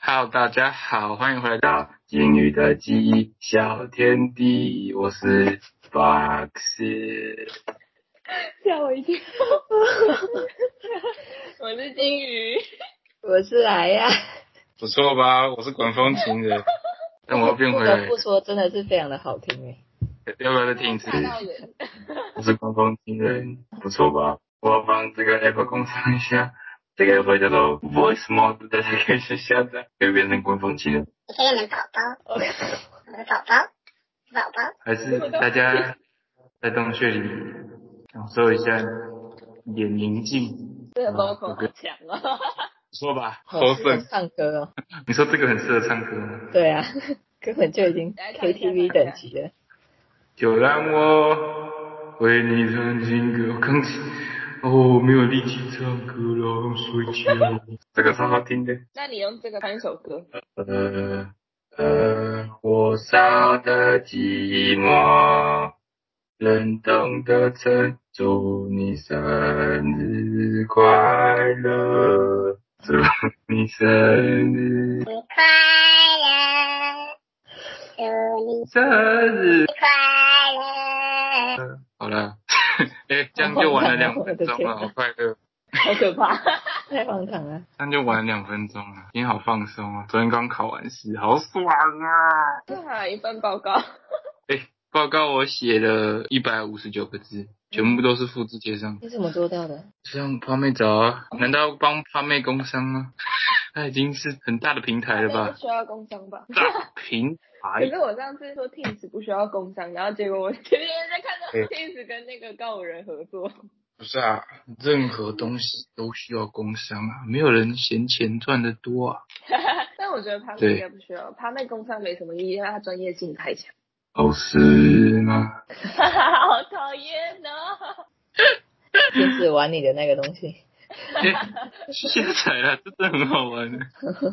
Hello，大家好，欢迎回到金鱼的记忆小天地，我是 Box。吓我一跳！ 我是金鱼，我是来呀、不错吧？我是管风琴的， 但我要变不回得来不，说，真的是非常的好听诶。要不要再听一次？吓到人。我是管风琴人，不错吧？我要帮这个 app 工商一下，这个 app 叫做 Voice Mode，大家可以去下载，可以变成管风琴人，你可以买宝宝，我的宝宝，宝宝，还是大家在洞穴里享受一下你的宁静，这个包口好强哦！不错吧？好好适合省。唱歌哦，你说这个很适合唱歌吗？对啊，根本就已经来唱一下 KTV 等级了。就让我为你唱情歌，我 刚哦，我没有力气唱歌了，睡觉。 这个超好听的。那你用这个唱一首歌，呃呃，火烧的寂寞，冷冻的城，祝你生日快乐，祝你生日你快乐，祝你生日。快乐。好了， 哎、这样就玩了两分钟了，好快乐。好可怕！太荒唐了，那就玩两分钟啊，今天好放松啊！昨天刚考完试，好爽啊！啊，一份报告，哎、报告我写了一百五十九个字，全部都是复制贴上，你怎么做到的？让花妹找啊！难道帮花妹工商吗？她已经是很大的平台了那吧不？需要工商吧？大平可台是我上次说 Teams 不需要工商，然后结果我前天在看到对 Teams 跟那个告五人合作，不是啊，任何东西都需要工商啊，没有人嫌钱赚的多啊。但我觉得他对妹应该不需要，他妹工商没什么意义，因为他专业性太强。哦，是吗？ 好讨厌哦！就是玩你的那个 东西，哎、下载了，真的很好玩。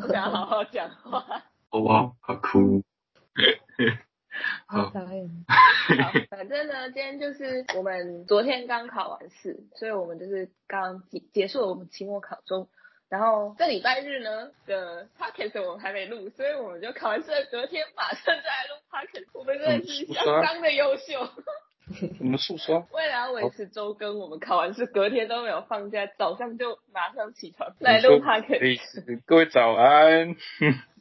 不想好好讲话。哦哇，好酷！ 好，讨厌。好，反正呢，今天就是我们昨天刚考完试，所以我们就是刚结结束了我们期末考中。然后这礼拜日呢的 podcast 我们还没录，所以我们就考完试的隔天马上就来录 podcast。我们真的是相当的优秀，我们速刷。为了要维持周更，我们考完试隔天都没有放假，早上就马上起床来录 podcast。各位早安，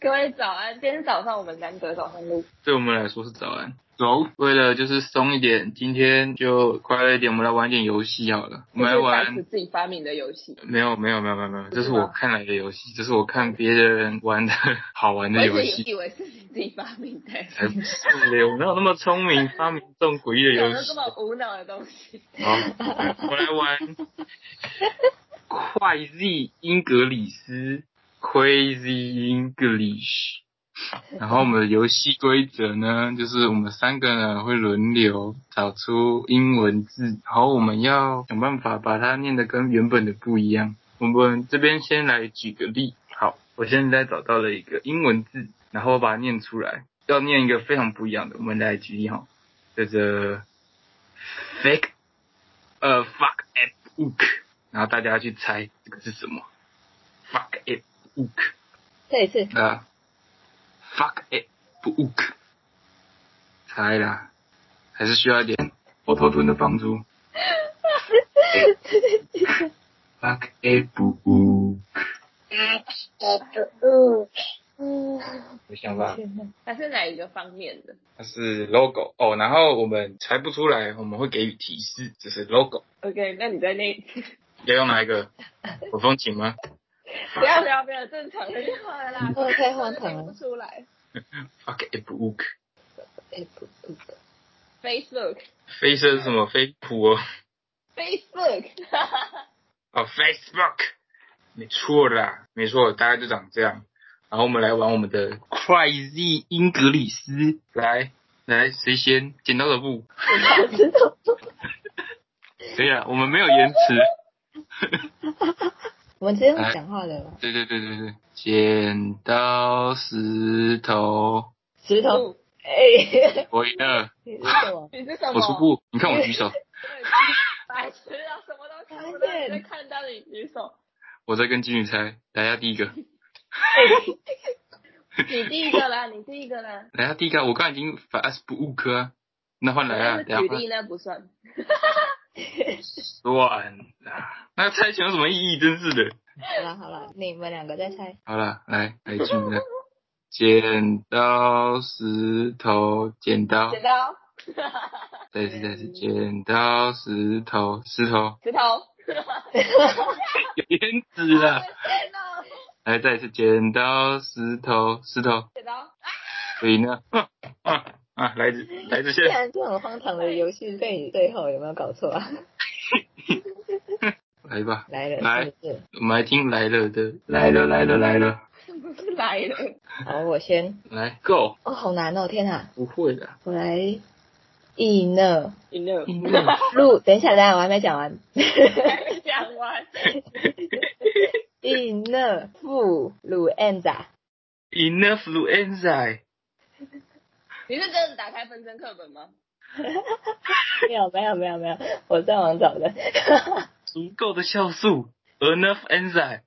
各位早安，今天早上我们难得早上录，对我们来说是早安。走，为了就是松一点，今天就快乐一点，我们来玩一点游戏好了。我们来这是白痴玩，自己发明的游戏。没有没有没有没有没有，这是不是吗我看来的游戏，这是我看别人玩的 好玩我的一游直戏。以为是你自己发明的。才不是嘞，我哪有那么聪明，发明这种诡异的 有游了戏这？么无脑的东西，好，我来玩快 Z 英格里斯 Crazy English。然后我们的游戏规则呢，就是我们三个呢会轮流找出英文字，然后我们要想办法把它念的跟原本的不一样。我们这边先来举个例，好，我现在找到了一个英文字，然后我把它念出来，要念一个非常不一样的。我们来举例哈，这个 fake 呃 fuck a book，然后大家去猜这个是什么？fuck a book 再一次，啊、f u c k a book，猜啦，还是需要一点火头臀的帮助。fuck a book，给不物，我想吧，天哪，它是哪一个方面的？它是 logo 哦，然后我们猜不出来，我们会给予提示，这是 logo。 OK，那你在那一次，要用哪一个？我风琴吗不要不要不要，正常人就好了啦。哦太荒唐了听不出来。 ？fuck a book。哎不不不， Facebook，Facebook，飞车是什么？飞普哦。哈哈哈哦，Facebook，没错啦，没错，大概就长这样。然后我们来玩我们的 Crazy 英格里斯，来来，谁先？剪刀的布，我哪知道，可以了，我们没有延迟。我们之前讲话的吧？对对对对对，剪刀石头，石头，不 哎，我赢了，你是什么？你是什我么？出布，你看我举手，对白痴啊，什么都看不到，讨厌你在看到你举手。我在跟金鱼猜，来下第一个，哎你第一个啦，你第一个啦。来啊，第一个，我刚刚已经反 S 不误科啊，那换来啊，那等是一举下例那不算。算啦，啊那猜拳有什么意义？真是的。好了好了，你们两个再猜。 好了，来来进入了，剪刀石头剪刀，剪刀，再一次再一次，剪刀石头石头，石头。有点纸了。剪刀，来再一次，剪刀石头石头，剪刀，所以呢，啊啊啊，来自来自既现在， 然这种荒唐的游戏被你最后有没有搞错啊？来吧，来了，来是不是？我们来听来了的，来了来了来了，不是来了。好，我先。来 go，哦，好难哦，天哪！不会的，我来意呢。赢了应该路，等一下，等一下，我还没讲完。 讲完。意呢富鲁 n 咋？ enough influenza，你是真的打开分身课本吗？没有没有没有没有，我上网找的。 足够的酵素，enough enzyme，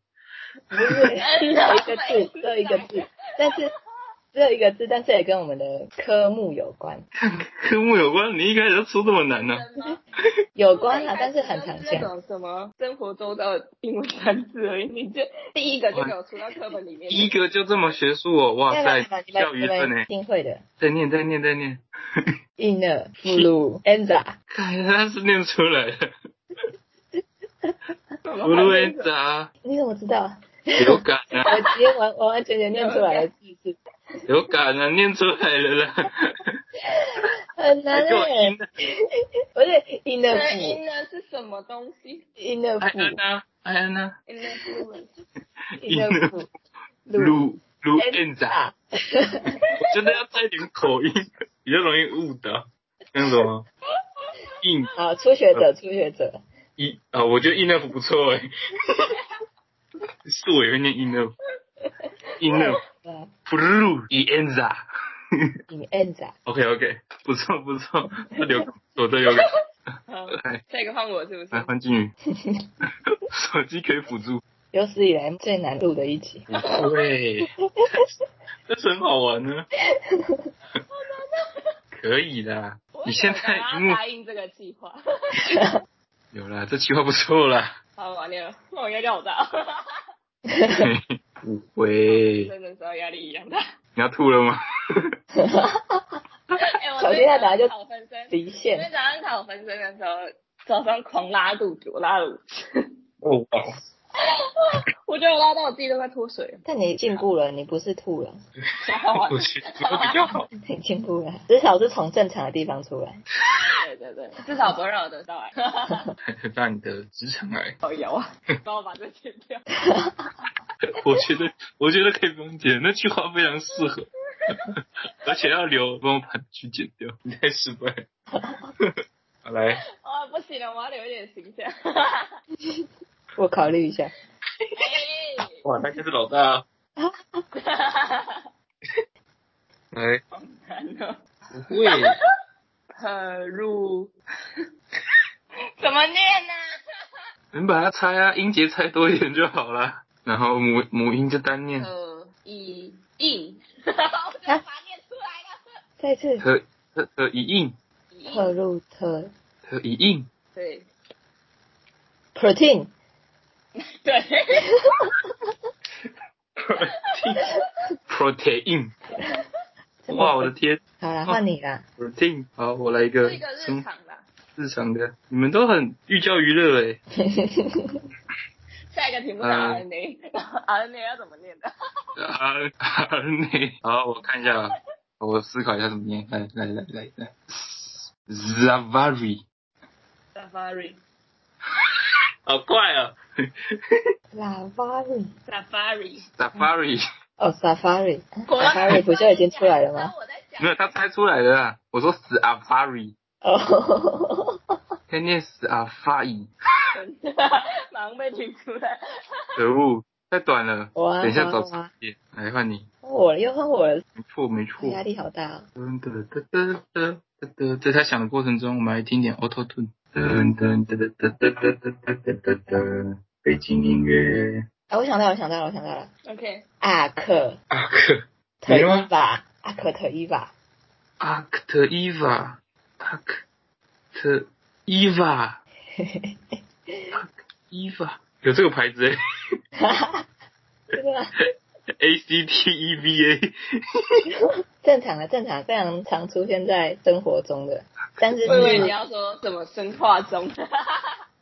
不是，嗯只有一个字，只有一个字，但是只有一个字，但是也跟我们的科目有关，科目有关，你一开始就出这么难呢、真的吗有关啊，但是很常那见。种什么生活周遭的英文单词而已，你这第一个就给我出到课本里面。第一个就这么学术哦，哇要不然塞你们，你教们育你分们呢一？定会的。再念再念再念， inner flu enza 看他是念出来的什么，influenza 你怎么知道？流啊感啊。我直接完完完全全念出来了，是不是？有感啊，念出来了 啦，很难还给我哎赢，了，不是 inner 那 flu 音呢是什么东西 inner 艾安 flu 娜，艾安啊娜， ？influence 哎 inner flu 鲁鲁燕仔， enza 我觉得要带点口音，比较容易误导。那什么，印 好，初学者初学者，一啊，我觉得印乐不错哎、 是我也会念印乐，印 乐嗯不鲁燕仔。 ，in enza OK OK，不 错不错，这流我这流感。好，来下一个换我是不来是？换金 鱼，手机可以辅助。有史以来最难录的一集。对，这是很好玩呢、可以啦，你现在我荧有幕答应这个计划， 有啦，这计划不错啦。好完了，我压力好 大，不会，真的时候压力一样 大。你要吐了吗？哎，我小心他等下就考分身，离今线天早上考分身的时候，早上狂拉肚子，我 拉了五次，哦，我觉得我拉到我自己都快脱 水了。但你进步了，你不是吐了，我觉得比较好。 嗯 你进步了，至少是从正常的地方出来。对对对，至少不会让我得到 癌。让你的职场癌，好有 啊，帮我把这剪掉。我觉得我觉得可以不用剪，那句话非常适合， 而且要留，不用把它去剪掉，你太失败 了。好来，啊、不行了，我要留一点形 象。我考虑一下。哎哇，那就是老大啊、 来，好难哦。不会，呃，入 怎么念呢、你把它猜啊，音节猜多一点就好啦。然后母母音就单念。呃，以印，嗯 我就把它念出来了。再次，可可可以印，以特印，鲁特可以 印，对 protein 对， protein，protein，哇，我的天好哦啦，换你啦。 ，protein，好，我来一个是一个日生常的。日常的，你们都很寓教于乐诶。下一个嗯题目是呃 RNA，RNA 要怎么念的？啊啊内，好，我看一下，我思考一下怎么念，来来来来来，Zavari， Safari。好快啊 Safari Safari， ，Zavari，哦，Safari 果然 Safari 不就已经出来了吗？我在想没 有，他猜出来的啦，我说 Zavari，哦，他念 Zavari，马上被听出来。可恶，太短了，哇等一下哇找哇词典，来换你，我又换我了，没错没错。压力好大哦。噔噔噔噔噔噔噔，在他响的过程中，我们来听点 Auto Tune。噔噔噔噔噔噔噔噔噔噔噔，背景音乐。啊，我想到了，我想到了，我想到了， OK，阿克阿克，特没吗伊瓦，阿克特伊瓦， Activa Activa Activa 有这个牌子、欸、哈哈， 真的吗？ A C T E V A 正常的，正常，非常常出现在生活中的，但是我以为是你要说什么生化 中，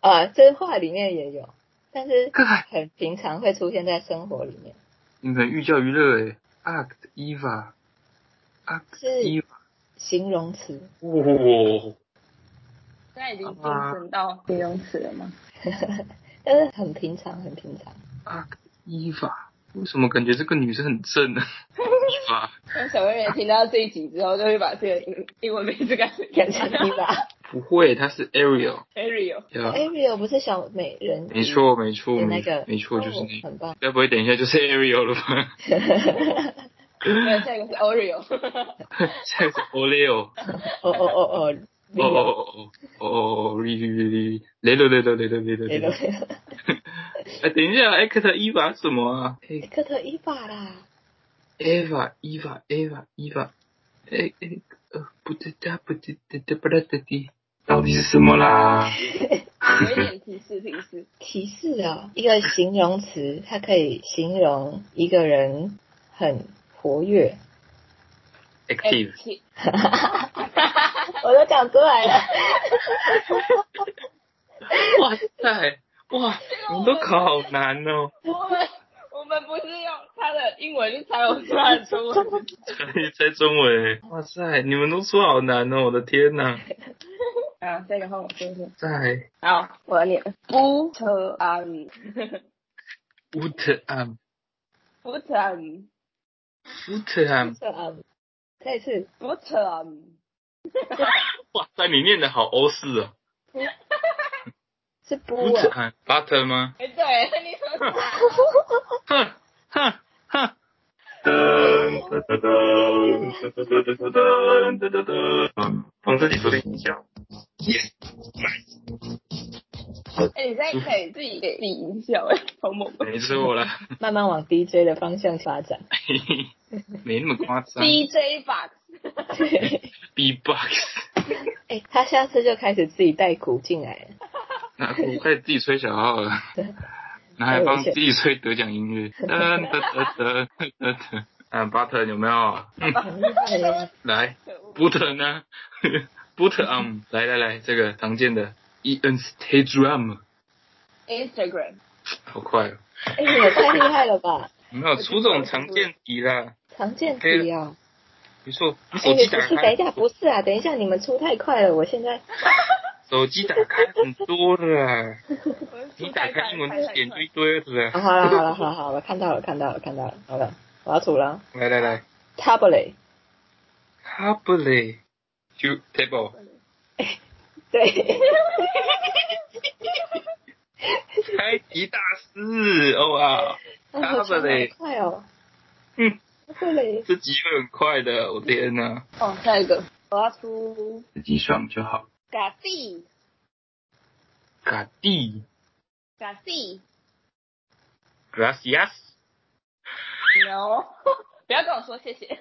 呃，这话里面也有，但是 God，很平常会出现在生活里面。你们寓教于乐哎，Activa 是 Activa 形容词，哇，现在已经晋升到形容词了吗？但是很平常，很平常。 Activa 为什么感觉这个女生很正 呢？Activa 那小妹妹听到这一集之后，就会把这个英英文名字改成感谢伊娃不会，她是 Ariel Ariel。呀， ，Ariel 不是小美人鱼，没错没错的没哎那错个，没错就是那哦个，很棒。该不会等一下就是 Ariel 了 吧？对，下一个是 Oreo，下一个 Oreo。哦哦哦哦，哦哦哦哦哦哦哦哦没有，雷了雷了雷了雷了没雷有了！哎，等一下，Act 伊娃什么啊一个特伊娃啦， ？Eva Eva Eva Eva，哎哎呃，不知道不知道不知道的的，到底是什么啦？有一点提示提示。提示啊，一个形容词，它可以形容一个人很活跃。 Active 起 我都讲出来了， 哇塞哇，你都考好难哦！我们我们不是用它的英文去猜我们它的中文，猜中文，哇塞，你们都说好难哦！我的天哪，啊，下一个换我说一说。在好，我要念了。乌 特安， Utham 乌特安， Utham，是啊，再一次，乌特安，哇塞，你念的好欧式哦是不啊， ！Utham Butter 吗？哎，对，你说错了哼哼哼！帮自己设定一下。哎，你现在可以自己给自己音效，哎，好猛！没错 啦，慢慢往 DJ 的方向发 展。没那么夸张。 DJ box， B box，哎、他下次就开始自己带鼓进来了。那我开始自己吹小号了，然后还帮自己吹得奖音乐。噔噔噔噔噔噔。啊，Butter 有没有？ 很厉害耶来可恶，Butter 呢？Butter arm，来来来，这个常见的 E N stage arm， Instagram，好快哦！哎、你也太厉害了吧！没有出这种常见题啦。常见题啊、没错，你哎、手机打不是，等开一，下，不是啊，等一下，你们出太快了，我现 在手机打开很多的啦，我是你打开英文字典就一堆的啊，啦。好了好了好了好了，看到了看到了看到了，好了，我要吐了。来来来 Tablet， ，tablet to table，对，开题大师，哦哇， 啊我出得 Tablet 好快哦嗯， ，Tablet，这集会很快的，我天啊哪，哦，下一个我要出自己爽就好。嘎地嘎地 嘎地，gracias， ，no，不 要跟我说谢谢。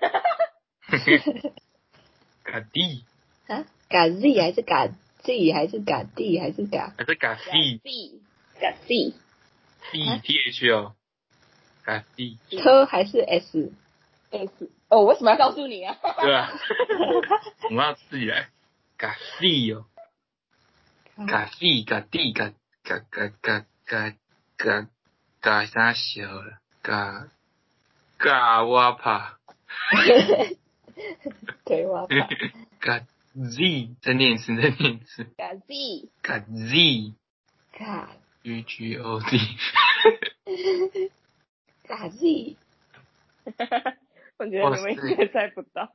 嘎地啊，嘎 Z 还是嘎 Z 还是嘎 D 还是嘎还是嘎地地嘎地 d t h 哦，嘎地， T 还是 S？ S，哦，为什么要告诉你啊？ 对吧？我们要自己来，嘎地哦。嘎地嘎地嘎嘎嘎嘎嘎嘎嘎啥小了？嘎嘎哇帕对哇， 嘎 Z 再念一次再念一次嘎地嘎 Z 嘎 G G O D 嘎 Z 我觉得你们应该猜不到，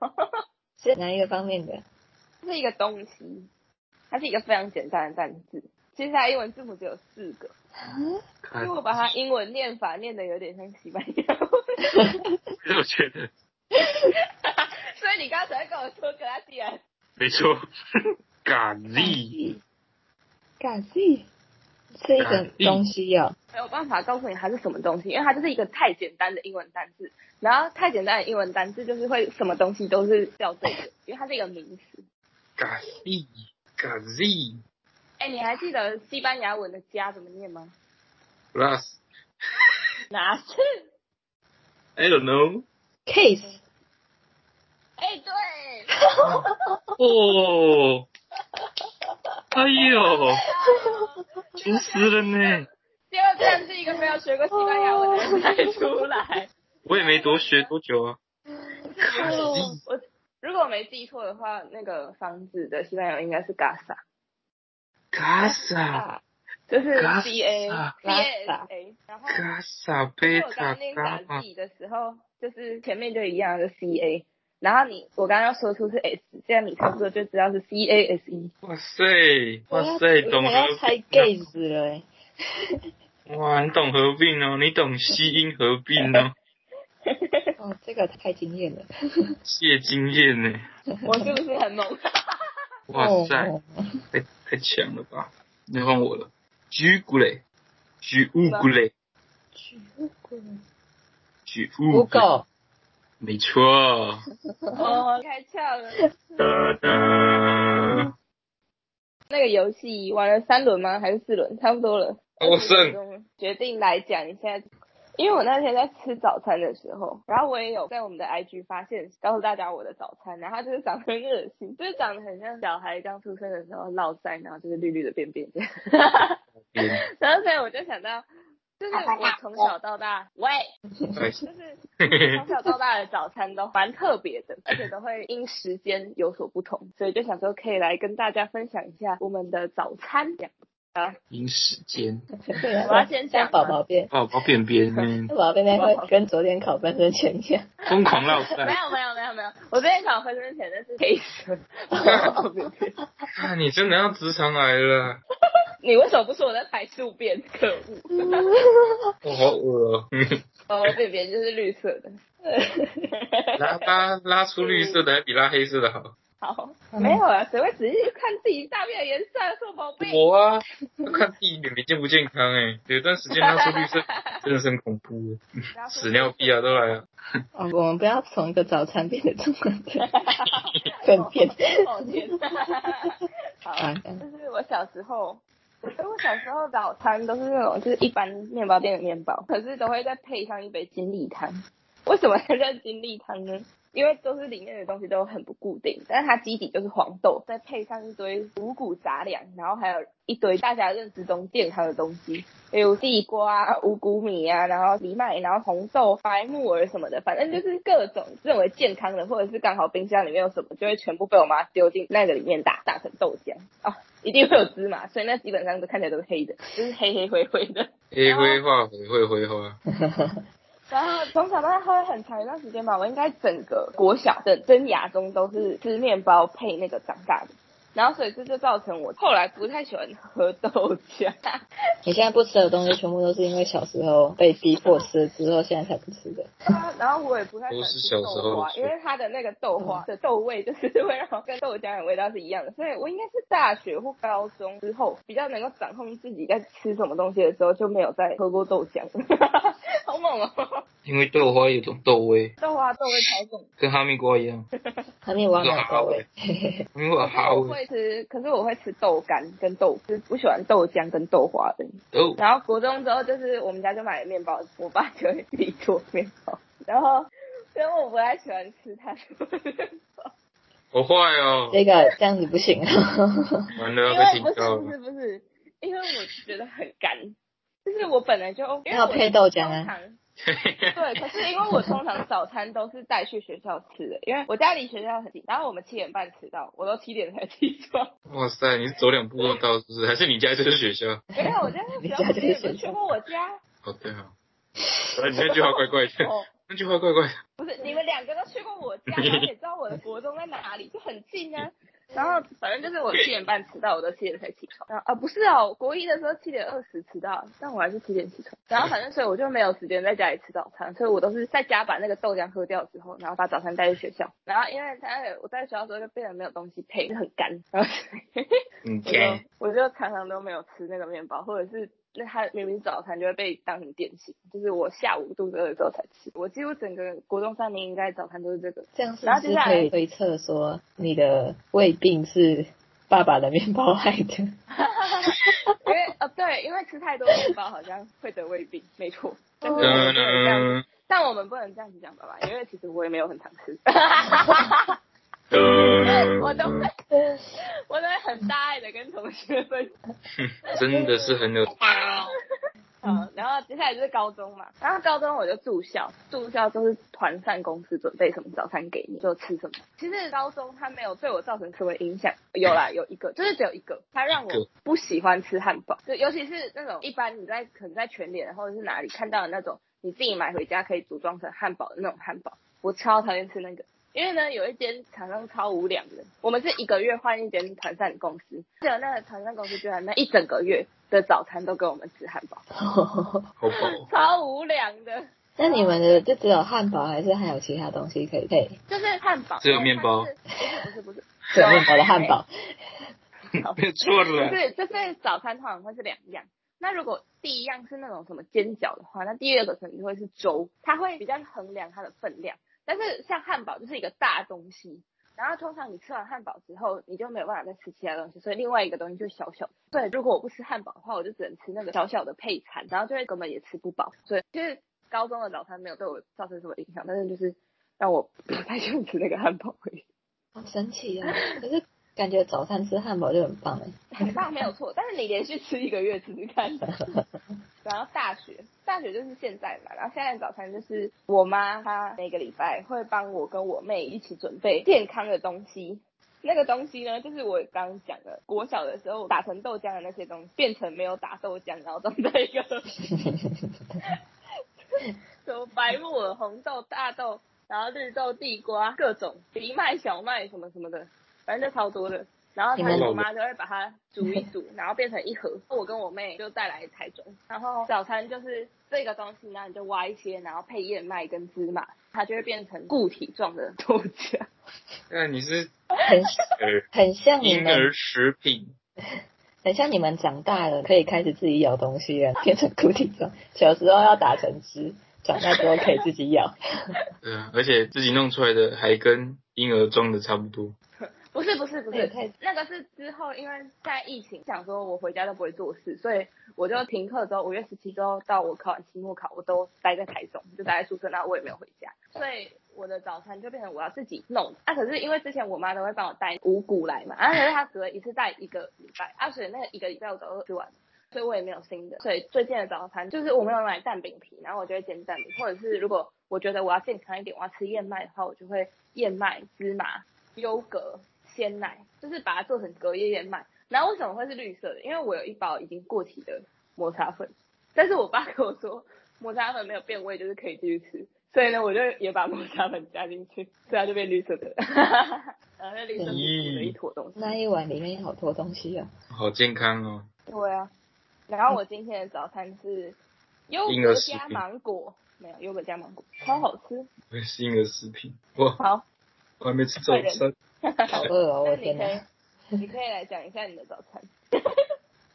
是哪一个方面的？这是一个东西，它是一个非常简单的单字。其实它英文字母只有四个，啊因嘎为我把它英文念法念的有点像西班牙文， 我觉得所以你刚才跟我说格拉蒂安， 没错，嘎 Z 嘎 Z，是一个东西哦呀、没有办法告诉你它是什么东西，因为它就是一个太简单的英文单字。然后太简单的英文单字就是会什么东西都是叫这个，因为它是一个名词。嘎西嘎 z 哎，你还记得西班牙文的“家”怎么念吗？ plus 哪是？ I don't know case 哎，对，哦，哎呦，出师了呢！结果居然是一个没有学过西班牙文的人猜出 来。我也没多学多久啊。嘎西我如果我没记错的话，那个房子的西班牙文应该是 “gasa”，嘎萨啊就是 Gasa “g a g a s a”，然后。嘎萨因贝为我刚塔刚念伽打马字的时候，就是前面就一样是 C A，然后你我刚刚要说出是 S，这样你差不多就知道是 C A S E。哇塞，哇我塞，要懂我要合猜并 gaze 了、欸，哦哇，你懂合并哦，你懂西音合并哦，哦，这个太惊艳了，谢经验呢，我是不是很猛？哇塞，哦，太太强了吧！你换我了，举古嘞，举乌古嘞，举乌古不嘞，够，没错。哦，开窍了。哒哒，那个游戏玩了三轮吗？还是四轮？差不多了。我20分胜，钟了决定来讲一下，因为我那天在吃早餐的时候，然后我也有在我们的 IG 发现，告诉大家我的早餐，然后它就是长得很恶心，就是长得很像小孩刚出生的时候落腮，然后就是绿绿的便便这样。嗯然后所以我就想到，就是我从小到大，喂，哎就是嘿嘿从小到大的早餐都蛮特别的，而且都会因时间有所不同，所以就想说可以来跟大家分享一下我们的早餐。这样赢时间，对啊我要先像讲宝宝变，宝宝便便呢，宝宝变变会跟昨天考分身前一样，疯狂绕没赛。有没有没有没有，我昨天考分之前那是黑色。 我没有特别啊，你真的要直肠癌了，你为什么不说我在排宿便？可恶！我好恶哦。哦，便便就是绿色的。拉拉拉出绿色的还比拉黑色的好。好，没有啊，谁会仔细看自己大便的颜色？是我毛病。我啊，要看自己脸皮健不健康哎、有一段时间拉出绿色，真的是很恐怖，屎尿 屁啊都来了。哦，我们不要从一个早餐变得这么的粪便，抱歉。好，就是我小时候，因为我小时候早餐都是那种就是一般面包店的面包，可是都会再配上一杯金利汤。为什么它叫金利汤呢？因为都是里面的东西都很不固定，但是它基底就是黄豆，再配上一堆五谷杂粮，然后还有一堆大家认知中健康的东西，例如地瓜、五谷米啊，然后藜麦，然后红豆、白木耳什么的，反正就是各种认为健康的，或者是刚好冰箱里面有什么，就会全部被我妈丢进那个里面打打成豆浆哦，一定会有芝麻，所以那基本上都看起来都是黑的， 就是黑黑灰灰的。黑灰化肥会灰化， 然后从小到大喝很长一段时间吧，我应该整个国小的生涯中都是吃面包配那个长大的，然后所以这就造成我后来不太喜欢喝豆浆。 你现在不吃的东西全部都是因为小时候被逼迫吃之后，现在才不吃的，啊，然后我也不太喜欢吃都是小时豆候嗯花的，事因为它的那个豆花的豆味就是会让我跟豆浆的味道是一样的，所以我应该是大学或高中之后比较能够掌控自己在吃什么东西的时候就没有再喝过豆浆， 好猛哦、因为豆花有种豆味，豆花豆味超重，跟哈密瓜一样，还没有挖奶包味，因为有可是哈我味会吃，可是我会吃豆干跟豆，就是不喜欢豆浆跟豆花的。豆。然后国中之后，就是我们家就买了面包，我爸就会自己做面包，然后 因为我不太喜欢吃他做的面包。好坏哦，这个这样子不行啊， 完了因要被为警不告是不了。是不是，因为我觉得很干，就是我本来就因为要我配豆浆通啊，常对，可是因为我通常早餐都是带去学校吃的，因为我家离学校很近，然后我们七点半迟到，我都七点才起床。 哇塞，你是走两步就到是不是？还是你家就是学校？ 没有，我家在学校附近，你不是去过我 家？哦对哦，啊你那句话怪怪的，哦，那句话怪怪的。 不是，你们两个都去过我家，然后也知道我的国中在哪里，就很近啊。然后反正就是我七点半迟到，我都七点才起床。然后啊，不是哦，我国一的时候七点二十迟到，但我还是七点起床。然后反正所以我就没有时间在家里吃早餐，所以我都是在家把那个豆浆喝掉之后，然后把早餐带去学校。然后因为他我在学校的时候就变得没有东西配，就很干，然后所以嗯，我就我就常常都没有吃那个面包，或者是那它明明早餐就会被当成点心，就是我下午肚子饿的时候才吃。我几乎整个国中三年应该早餐都是这个。这样是然不后接是下来可以推测说你的胃病是爸爸的面包害的？ 因为呃对，因为吃太多面包好像会得胃病，没错。但是我们不能这样子，噔但我们不能这样子讲爸爸，因为其实我也没有很常吃， 噔，我都会， 我都会很大爱的跟同学分享。真的是很有嗯，然后接下来就是高中嘛，然后高中我就住校，住校就是团膳公司准备什么早餐给你就吃什么。其实高中它没有对我造成什么影响，有啦，有一个就是只有一个，它让我一个不喜欢吃汉堡，就尤其是那种一般你在可能在全联或者是哪里看到的那种你自己买回家可以组装成汉堡的那种汉堡，我超讨厌吃那个。因为呢，有一间厂商超无良的，我们是一个月换一间团膳公司，只有那个团膳公司居然那一整个月的早餐都给我们吃汉堡，好饱，超无良的，那你们的就只有汉堡，还是还有其他东西可以配？就是汉堡，只有面包但它是，不是不是不是，只有面包的汉堡，没有错就了，是就是早餐通常会是两样。那如果第一样是那种什么煎饺的话，那第二个可能就会是粥，它会比较衡量它的分量。但是像汉堡就是一个大东西，然后通常你吃完汉堡之后，你就没有办法再吃其他东西，所以另外一个东西就是小小的。对，如果我不吃汉堡的话，我就只能吃那个小小的配餐，然后就会根本也吃不饱。所以就是高中的早餐没有对我造成什么影响，但是就是让我不太想吃那个汉堡而已。好神奇啊！可是感觉早餐吃汉堡就很棒哎。很 棒没有错，但是你连续吃一个月吃吃看。然后大学，大学就是现在嘛，然后现在早餐就是我妈她每个礼拜会帮我跟我妹一起准备健康的东西。那个东西呢，就是我刚刚讲的，国小的时候打成豆浆的那些东西，变成没有打豆浆，然后装在一个什么白木耳、红豆、大豆，然后绿豆、地瓜，各种藜麦、小麦什么什么的，反正就超多的。然后你他们我妈就会把它煮一煮，然后变成一盒。我跟我妹就带来台中，然后早餐就是这个东西，然后你就挖一些，然后配燕麦跟芝麻，它就会变成固体状的豆浆。那哎你是 很儿很像你婴们，儿食品，很像你们长大了可以开始自己咬东西了， 变成固体状。小时候要打成汁，长大之后可以自己咬。对啊，而且自己弄出来的还跟婴儿装的差不多，不是不是不那也是太，那个是之后，因为在疫情，想说我回家都不会做事，所以我就停课之后，五月十七之后到我考完期末考，我都待在台中，就待在宿舍，然后我也没有回家，所以我的早餐就变成我要自己弄。啊，可是因为之前我妈都会帮我带五谷来嘛，啊，可是她只会一次带一个礼拜，啊，所以那一个礼拜我早就吃完了。所以我也没有新的。所以最近的早餐就是我没有买蛋饼皮，然后我就会煎蛋饼，或者是如果我觉得我要健康一点，我要吃燕麦的话，我就会燕麦、芝麻、优格、鲜奶，就是把它做成隔夜燕麦。然后为什么会是绿色的？因为我有一包已经过期的抹茶粉，但是我爸跟我说抹茶粉没有变味，就是可以继续吃。所以呢，我就也把抹茶粉加进去，所以它就变绿色的了。 然后那绿色的一坨东西。那一碗里面有好多东西哦，好健康哦，对啊，然后我今天的早餐是优婴格儿食加品芒果，没有优格加芒果，超好吃。我也是婴儿食品，哇，好，我还没吃早餐，好饿哦！那我你天可以 哪，，你可以来讲一下你的早餐。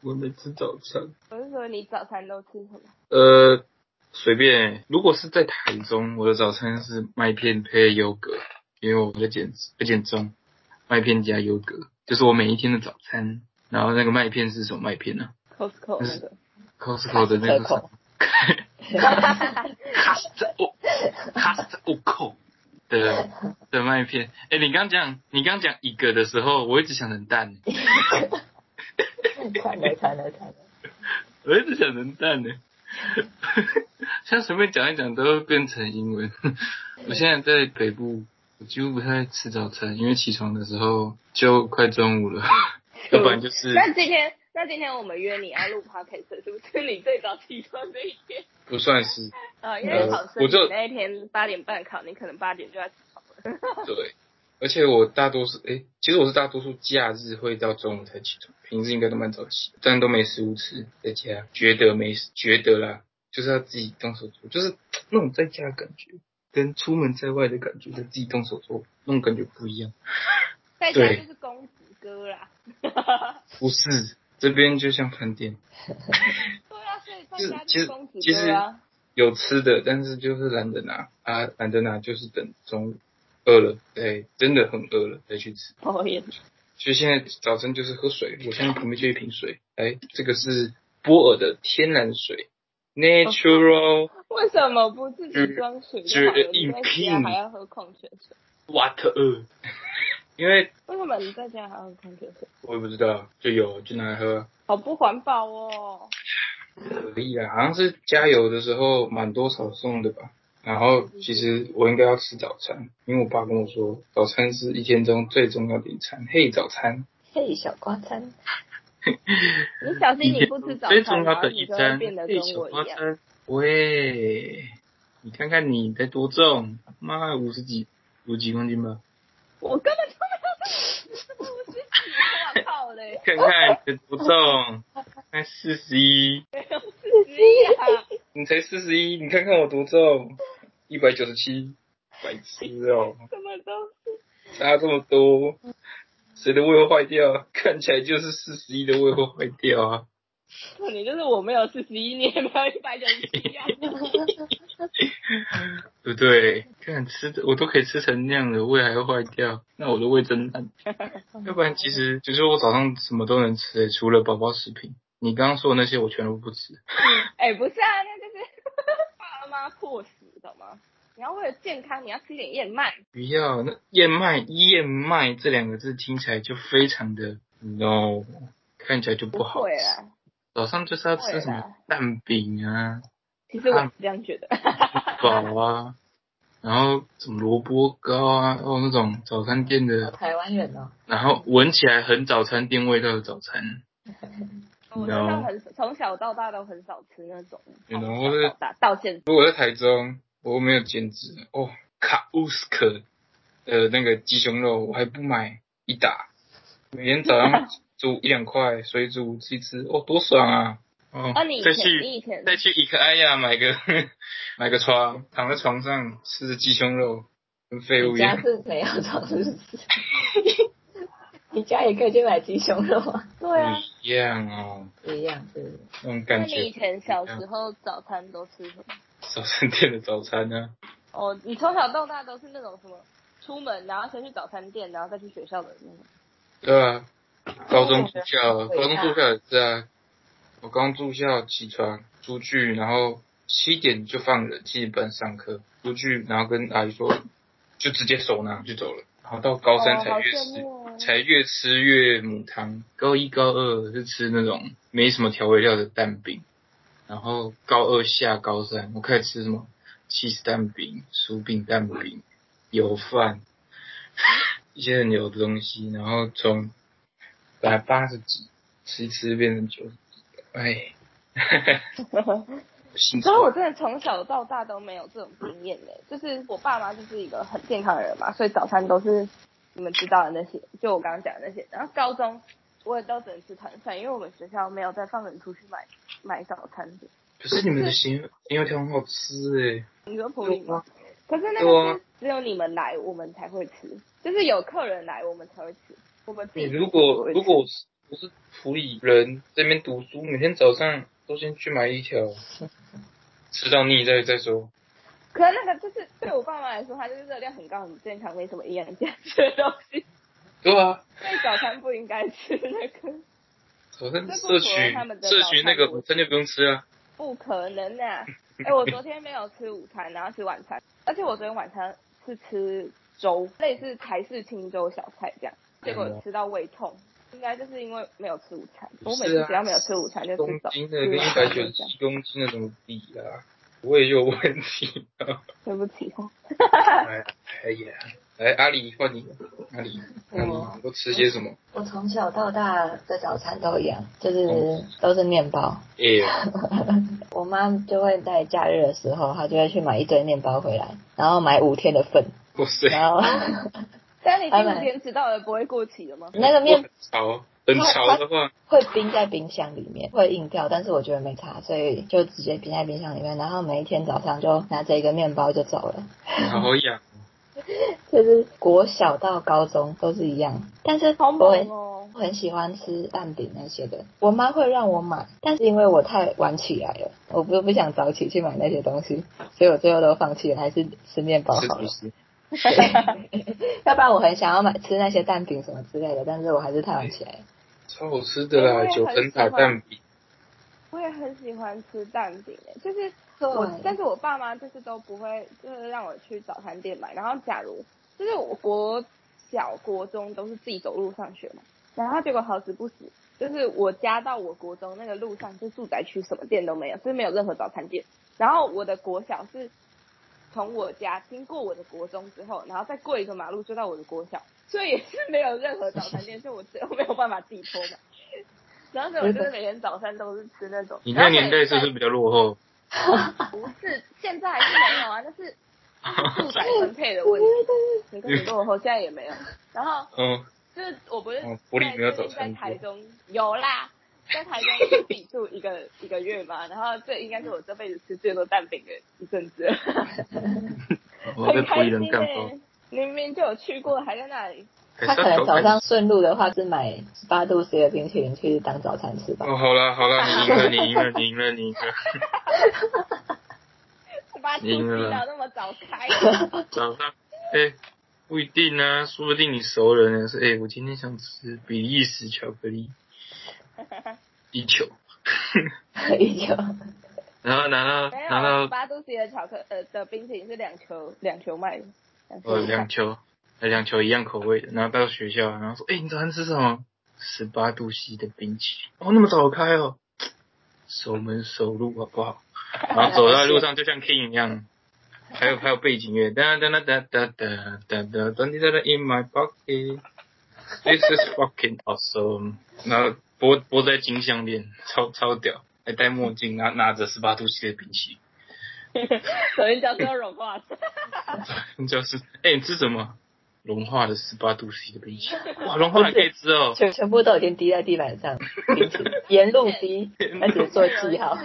我还没吃早餐，我是说你早餐都吃什么？呃，随便，如果是在台中，我的早餐是麦片配优格，因为我在减在减重，麦片加优格，就是我每一天的早餐。然后那个麦片是什么麦片呢、 Costco 那嗯个， Costco 的那个什么 卡斯欧 卡斯欧扣的的麦片。哎、你刚讲你刚讲一个的时候，我一直想成蛋，惨了惨了惨了！我一直想成 蛋呢。现在随便讲一讲都会变成英文。 我现在在北部，我几乎不太吃早餐，因为起床的时候就快中午了，要不然就是那今天。那今天我们约你要录 podcast，是不是你最早起床那一天？不算是啊，因为考试呃我就你那一天八点半考，你可能八点就要起床了。对。而且我大多数诶、其实我是大多数假日会到中午才起床，平时应该都蛮早起，但都没食物吃，在家觉得没觉得啦，就是要自己动手做，就是那种在家的感觉跟出门在外的感觉，就自己动手做那种感觉不一样。在家就是公子哥 啦。啊不是，这边就像饭店，对啊，所以在就是家就其是实公子其哥实啊。有吃的，但是就是懒得拿啊，懒得拿就是等中午饿了，哎对，真的很饿了再去吃。抱怨。所以现在早晨就是喝水，我现在旁边就一瓶水，哎，这个是波尔的天然水，natural 为什么不自己装水就好觉了？得你在嗯应家聘还要喝矿泉水？ water，因为为什么你在家还要喝矿泉水？我也不知道，就有就拿来喝啊，好不环保哦！可以啊，好像是加油的时候蛮多少送的吧。然后其实我应该要吃早餐，因为我爸跟我说，早餐是一天中最重要的一餐。嘿，早餐，嘿，小瓜餐，你小心你不吃早最餐，重然要后的你一就会餐，变得嘿，跟小我花一样。餐。喂，你看看你才多重？妈，五十几，五十几公斤 吧？我根本就没有五十几，我靠嘞！看看你才多重？才四十一，十一啊！你才四十一，你看看我多重？一百九十七，白痴哦、什么都差这么多，谁的胃会坏掉 啊？看起来就是四十一的胃会坏掉啊！是，你就是我没有四十一，你也没有一百九十七啊！对不对？看吃的我都可以吃成那样的，胃还会坏掉，那我的胃真 烂。要不然其实就是我早上什么都能吃、欸除了宝宝食品。你刚刚说的那些我全都不吃，哎、不是啊，那就是 爸妈迫使，懂吗？你要为了健康，你要吃点燕麦。不要那燕麦，燕麦这两个字听起来就非常的 no，看起来就不好会啊吃。啦，早上就是要吃什不会啦么蛋饼啊、其实我是这样觉得。 堡啊，然后什么萝卜糕啊，还有那种早餐店的，台湾人哦，然后闻起来很早餐店味道的早餐，我真的很从小到大都很少吃那种，然后从小到大到现在如果在台中，我没有减脂哦，卡乌斯克的那个鸡胸肉，我还不买一打，每天早上煮一两块水煮自己吃，哦，多爽啊！哦，啊，你以再前你去以前再去伊克艾亚买个 买个床，躺在床上吃着鸡胸肉，跟废物你一家样。是没有装饰，是不是你家也可以去买鸡胸肉啊，不对啊，一样哦，一样是那种那嗯感你以觉。前小时候早餐都吃什么？早餐店的早餐啊呢、哦，你从小到大都是那种什么？出门，然后先去早餐店，然后再去学校的那种。对啊，高中住校，对高中住校也是啊。我刚住校，起床出去，然后七点就放人，七点半上课，出去，然后跟阿姨说，就直接手拿就走了。然后到高哦，三才好越羡吃，慕哦！才越吃越母汤。高一高二是吃那种没什么调味料的蛋饼，然后高二下高三，我开始吃什么 cheese 蛋饼、薯饼蛋饼、油饭， 一些很油的东西，然后从本来八十几吃一吃变成九十几，哎， 幸 所以，我福真的从小到大都没有这种经验呢。就是我爸妈就是一个很健康的人嘛，所以早餐都是你们知道的那些，就我刚刚讲的那些。然后高中我也都只能吃团饭，因为我们学校没有再放人出去买买早餐的。可是你们的咸油条很好吃你说普哎、洱吗？可是那对啊个是只有你们来，我们才会吃，就是有客人来，我们才会吃。我们自你己如不果会吃如果我是我是普里人，这边读书，每天早上都先去买一 条，吃到腻再再说。可是那个就是对我爸妈来说，它就是热量很高、很健康、没什么营养价值的东西，对啊，所以早餐不应该吃那个。早上这不符社合群他们的社群那个早餐午餐就不用吃啊。不可能啊！哎、我昨天没有吃午餐，然后吃晚餐，而且我昨天晚餐是吃粥，类似台式清粥小菜这样，结果嗯吃到胃痛，应该就是因为没有吃午餐。不我每是次啊只要没有吃午餐就吃啊公早斤餐，的跟一百九十七公斤的怎么比啊？我也有问题 啊！对不起哦。哎哎呀，来阿里换你，阿里嗯阿里都吃些什么？我从小到大的早餐都一样，哦就是都是面包。哎呀， 我妈就会在假日的时候，她就会去买一堆面包回来，然后买五天的份， 哇塞，然后但你第拜拜五天迟到了不会过期的吗？那个面很潮，很潮的 话，会冰在冰箱里面，会硬掉，但是我觉得没差，所以就直接冰在冰箱里面，然后每一天早上就拿着一个面包就走了。好痒，就是国小到高中都是一样，但是好我很猛哦！我很喜欢吃蛋饼那些的，我妈会让我买，但是因为我太晚起来了，我不不想早起去买那些东西，所以我最后都放弃了，还是吃面包是好不了。是？ 要不然我很想要买吃那些蛋饼什么之类的，但是我还是太晚起来了。超好吃的哦啦，九层塔蛋饼，我也很喜欢吃蛋饼诶、就是我，但是我爸妈就是都不会，就是让我去早餐店买。然后假如就是我国小、国中都是自己走路上学嘛，然后结果好死不死，就是我家到我国中那个路上是住宅区，什么店都没有，就是没有任何早餐店。然后我的国小是从我家经过我的国中之后，然后再过一个马路就到我的国小，所以也是没有任何早餐店，所以我最后没有办法自己偷 买。然后所以我就是每天早餐都是吃那种。你那年代是不然后是比较落 后？不是？现在还是没有啊，但是就是住宅分配的问题。你跟你跟我后现在也没有。然后嗯，就是我不是哦柏林没有在最近早餐哦在店台中有啦，在台中自己住一个一个月嘛，然后这应该是我这辈子吃最多蛋饼的一阵子了，我在很推开人心干哎哎、包，明明就有去过，还在那里。他哎可能早上顺路的话是买十八度 C 的冰淇淋去当早餐吃吧。哦，好啦好 啦，你赢了，你赢了，你赢了，你赢了。 我把它赢出了到那么早 开，早上，哎、不一定啊，说不定你熟人呢是，哎、我今天想吃比利时巧克 力地球， 可以就然后拿到没拿有啊到八度 C 的巧克呃的冰淇淋是两球两球卖的， 两球呃一块两球，呃两球一样口味的，然后到学校，然后说，哎、你早餐吃什么？十八度 C 的冰淇淋，哦，那么早开哦，熟门熟路好不好？然后走在路上就像 King 一样。还有还有背景乐，哒哒哒哒哒哒哒哒，当滴哒哒 in my pocket。This is fucking awesome！然后脖脖在金项链，超超屌，还戴墨镜，拿拿着十八度 C 的冰淇首先叫做融化， 淋， 就是，哎、你吃什么？融化的十八度 C 的冰淇 淋，哇，融化还可以吃哦！全全部都已经滴在地板上，冰淇 淋沿路滴，而且做记号。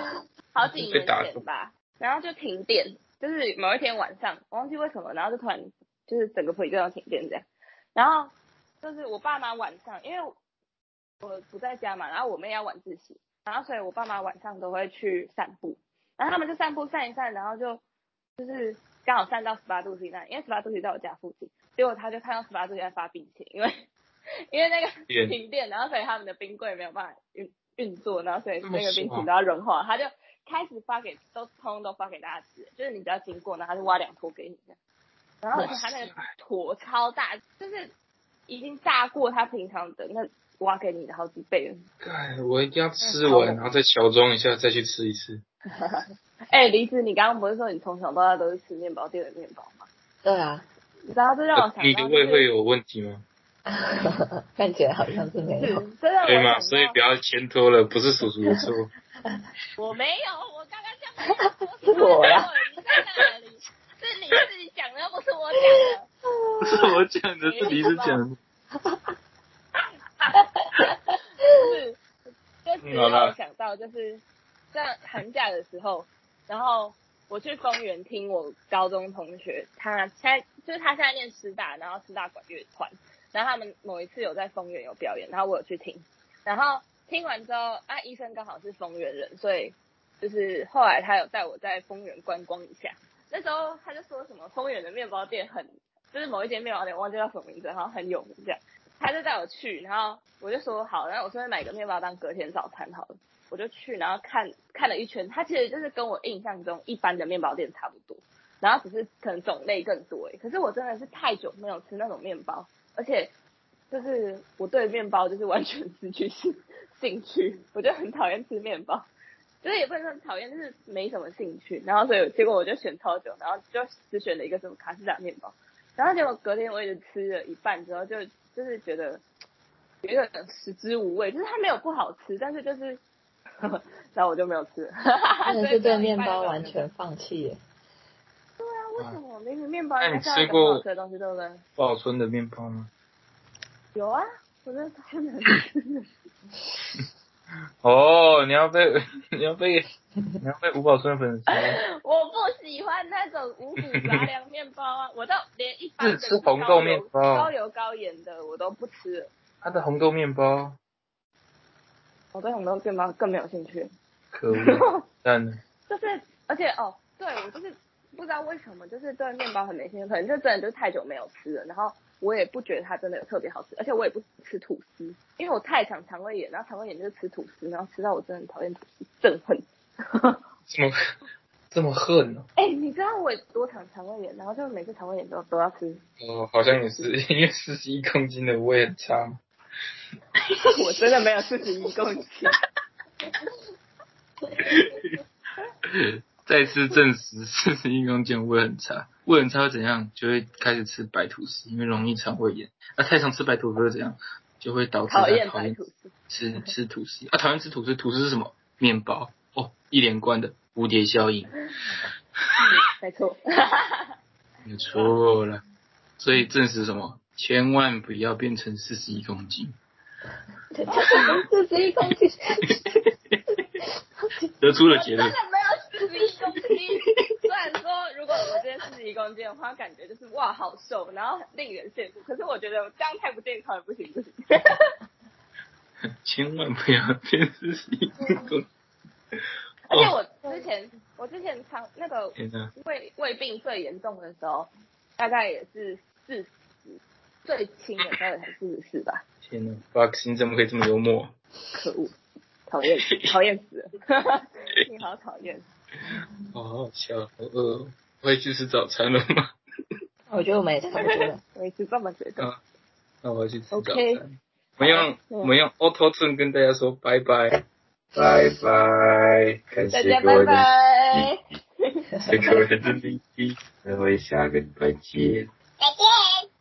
好几年前吧，然后就停电，就是某一天晚上，我忘记为什么，然后就突然就是整个普里镇要停电这样，然后就是我爸妈晚上，因为我不在家嘛，然后我妹要晚自习，然后所以我爸妈晚上都会去散步，然后他们就散步散一散，然后就就是刚好散到十八度 C 那，因为十八度 C 在我家附近，结果他就看到十八度 C 在发冰淇淋，因为因为那个天停电，然后所以他们的冰柜没有办法运运作，然后所以这么那个冰淇爽淋都要融化，他就开始发给都通通都发给大家吃，就是你只要经过，然后他就挖两坨给你这样。然后而且他那个坨超大，就是已经大过他平常的那挖给你的好几倍了。哎，我一定要吃完，然后再乔装一下，再去吃一次。哎、梨子，你刚刚不是说你从小到大都是吃面包店的面包吗？对啊， 你知道这让我想到、就是，你的胃会有问题吗？看起来好像是没有。是，这让我对想吗？到，所以不要牵拖了，不是叔叔的 错。我没有，我刚刚这样是我呀，你在哪里？是你自己讲的，又不是我讲的。不 是我讲的，是你是讲的。呃是，就只有我想到就是在寒假的时候，然后我去公园听我高中同学，他现在就是他现在念师大，然后师大管乐团，然后他们某一次有在丰原有表演，然后我有去听，然后听完之后，啊，医生刚好是丰原人，所以就是后来他有带我在丰原观光一下，那时候他就说什么丰原的面包店很，就是某一间面包店，我忘记叫什么名字，好像很有名这样。他就带我去，然后我就说好，然后我顺便买个面包当隔天早餐好了。我就去，然后看看了一圈，它其实就是跟我印象中一般的面包店差不多，然后只是可能种类更多诶。可是我真的是太久没有吃那种面包，而且就是我对面包就是完全失去兴兴趣，我就很讨厌吃面包，就是也不能说很讨厌，就是没什么兴趣。然后所以结果我就选超久，然后就只选了一个什么卡士达面包，然后结果隔天我也吃了一半之后就就是觉得有一种食之无味，就是它没有不好吃，但是就是。 然后我就没有吃了， 真的所以是只有对一面半包的 完人全放弃耶，为什么明明面包那应啊哎你该是要吃一个很过好吃的东西，对不对？保存的面包吗？有啊，我真的超 能吃。哦，你要被 你要被你要被吴宝春粉丝，我不喜欢那种五谷杂粮面包啊，我都连一般的是吃红豆面包高油高盐的我都不吃了。他的红豆面包我对红豆面包更没有兴趣。可 恶，但就是，而且哦，对我就是不知道为什么，就是对面包很没兴趣，可能就真的就是太久没有吃了，然后我也不觉得它真的有特别好吃，而且我也不吃吐司，因为我太想肠胃炎，然后肠胃炎就是吃吐司，然后吃到我真的很讨厌吐司，憎恨。这么这么恨哦呢、 哎、你知道我有多常肠胃炎，然后就每次肠胃炎都都要吃，哦，好像也是， 因为四十一公斤的我也很差嘛。我真的没有四十一公斤。 再次证实，四十一公斤胃很差，胃很差会怎样？就会开始吃白吐司，因为容易肠胃炎。啊，太常吃白吐司会怎样？就会导致他讨讨厌白厌吐司，吃吃吐司啊，讨厌吃吐司。吐司是什么？面包哦，一连贯的蝴蝶效应，没错。没错了。所以证实什么？千万不要变成四十一公斤，四十一公斤，得出 了我结真论 的。没有四十一公斤。虽然说，如果我今天四十一公斤的话，感觉就是哇好瘦，然后令人羡慕。可是我觉得这样太不健康了，不行不行。 千万不要变四十一公斤。而且哦，我之前我之前肠那个天哪！胃胃病最严重的时候，大概也是四十，最轻的时候也才四十四吧。天哪，Box，你怎么可以这么幽默？可 恶，讨厌讨厌死了， 你好讨厌。好哦好笑，好饿哦，我也去吃早餐了吗？ 我觉得我们也差不多了。我一直这么觉得。 嗯啊，那我要去吃早餐。 OK 我们用嗯我们用 auto tune 跟大家说拜拜，拜拜，感大谢家各位拜的，拜，感谢各位的拜聆听，我们下个礼拜见。再见。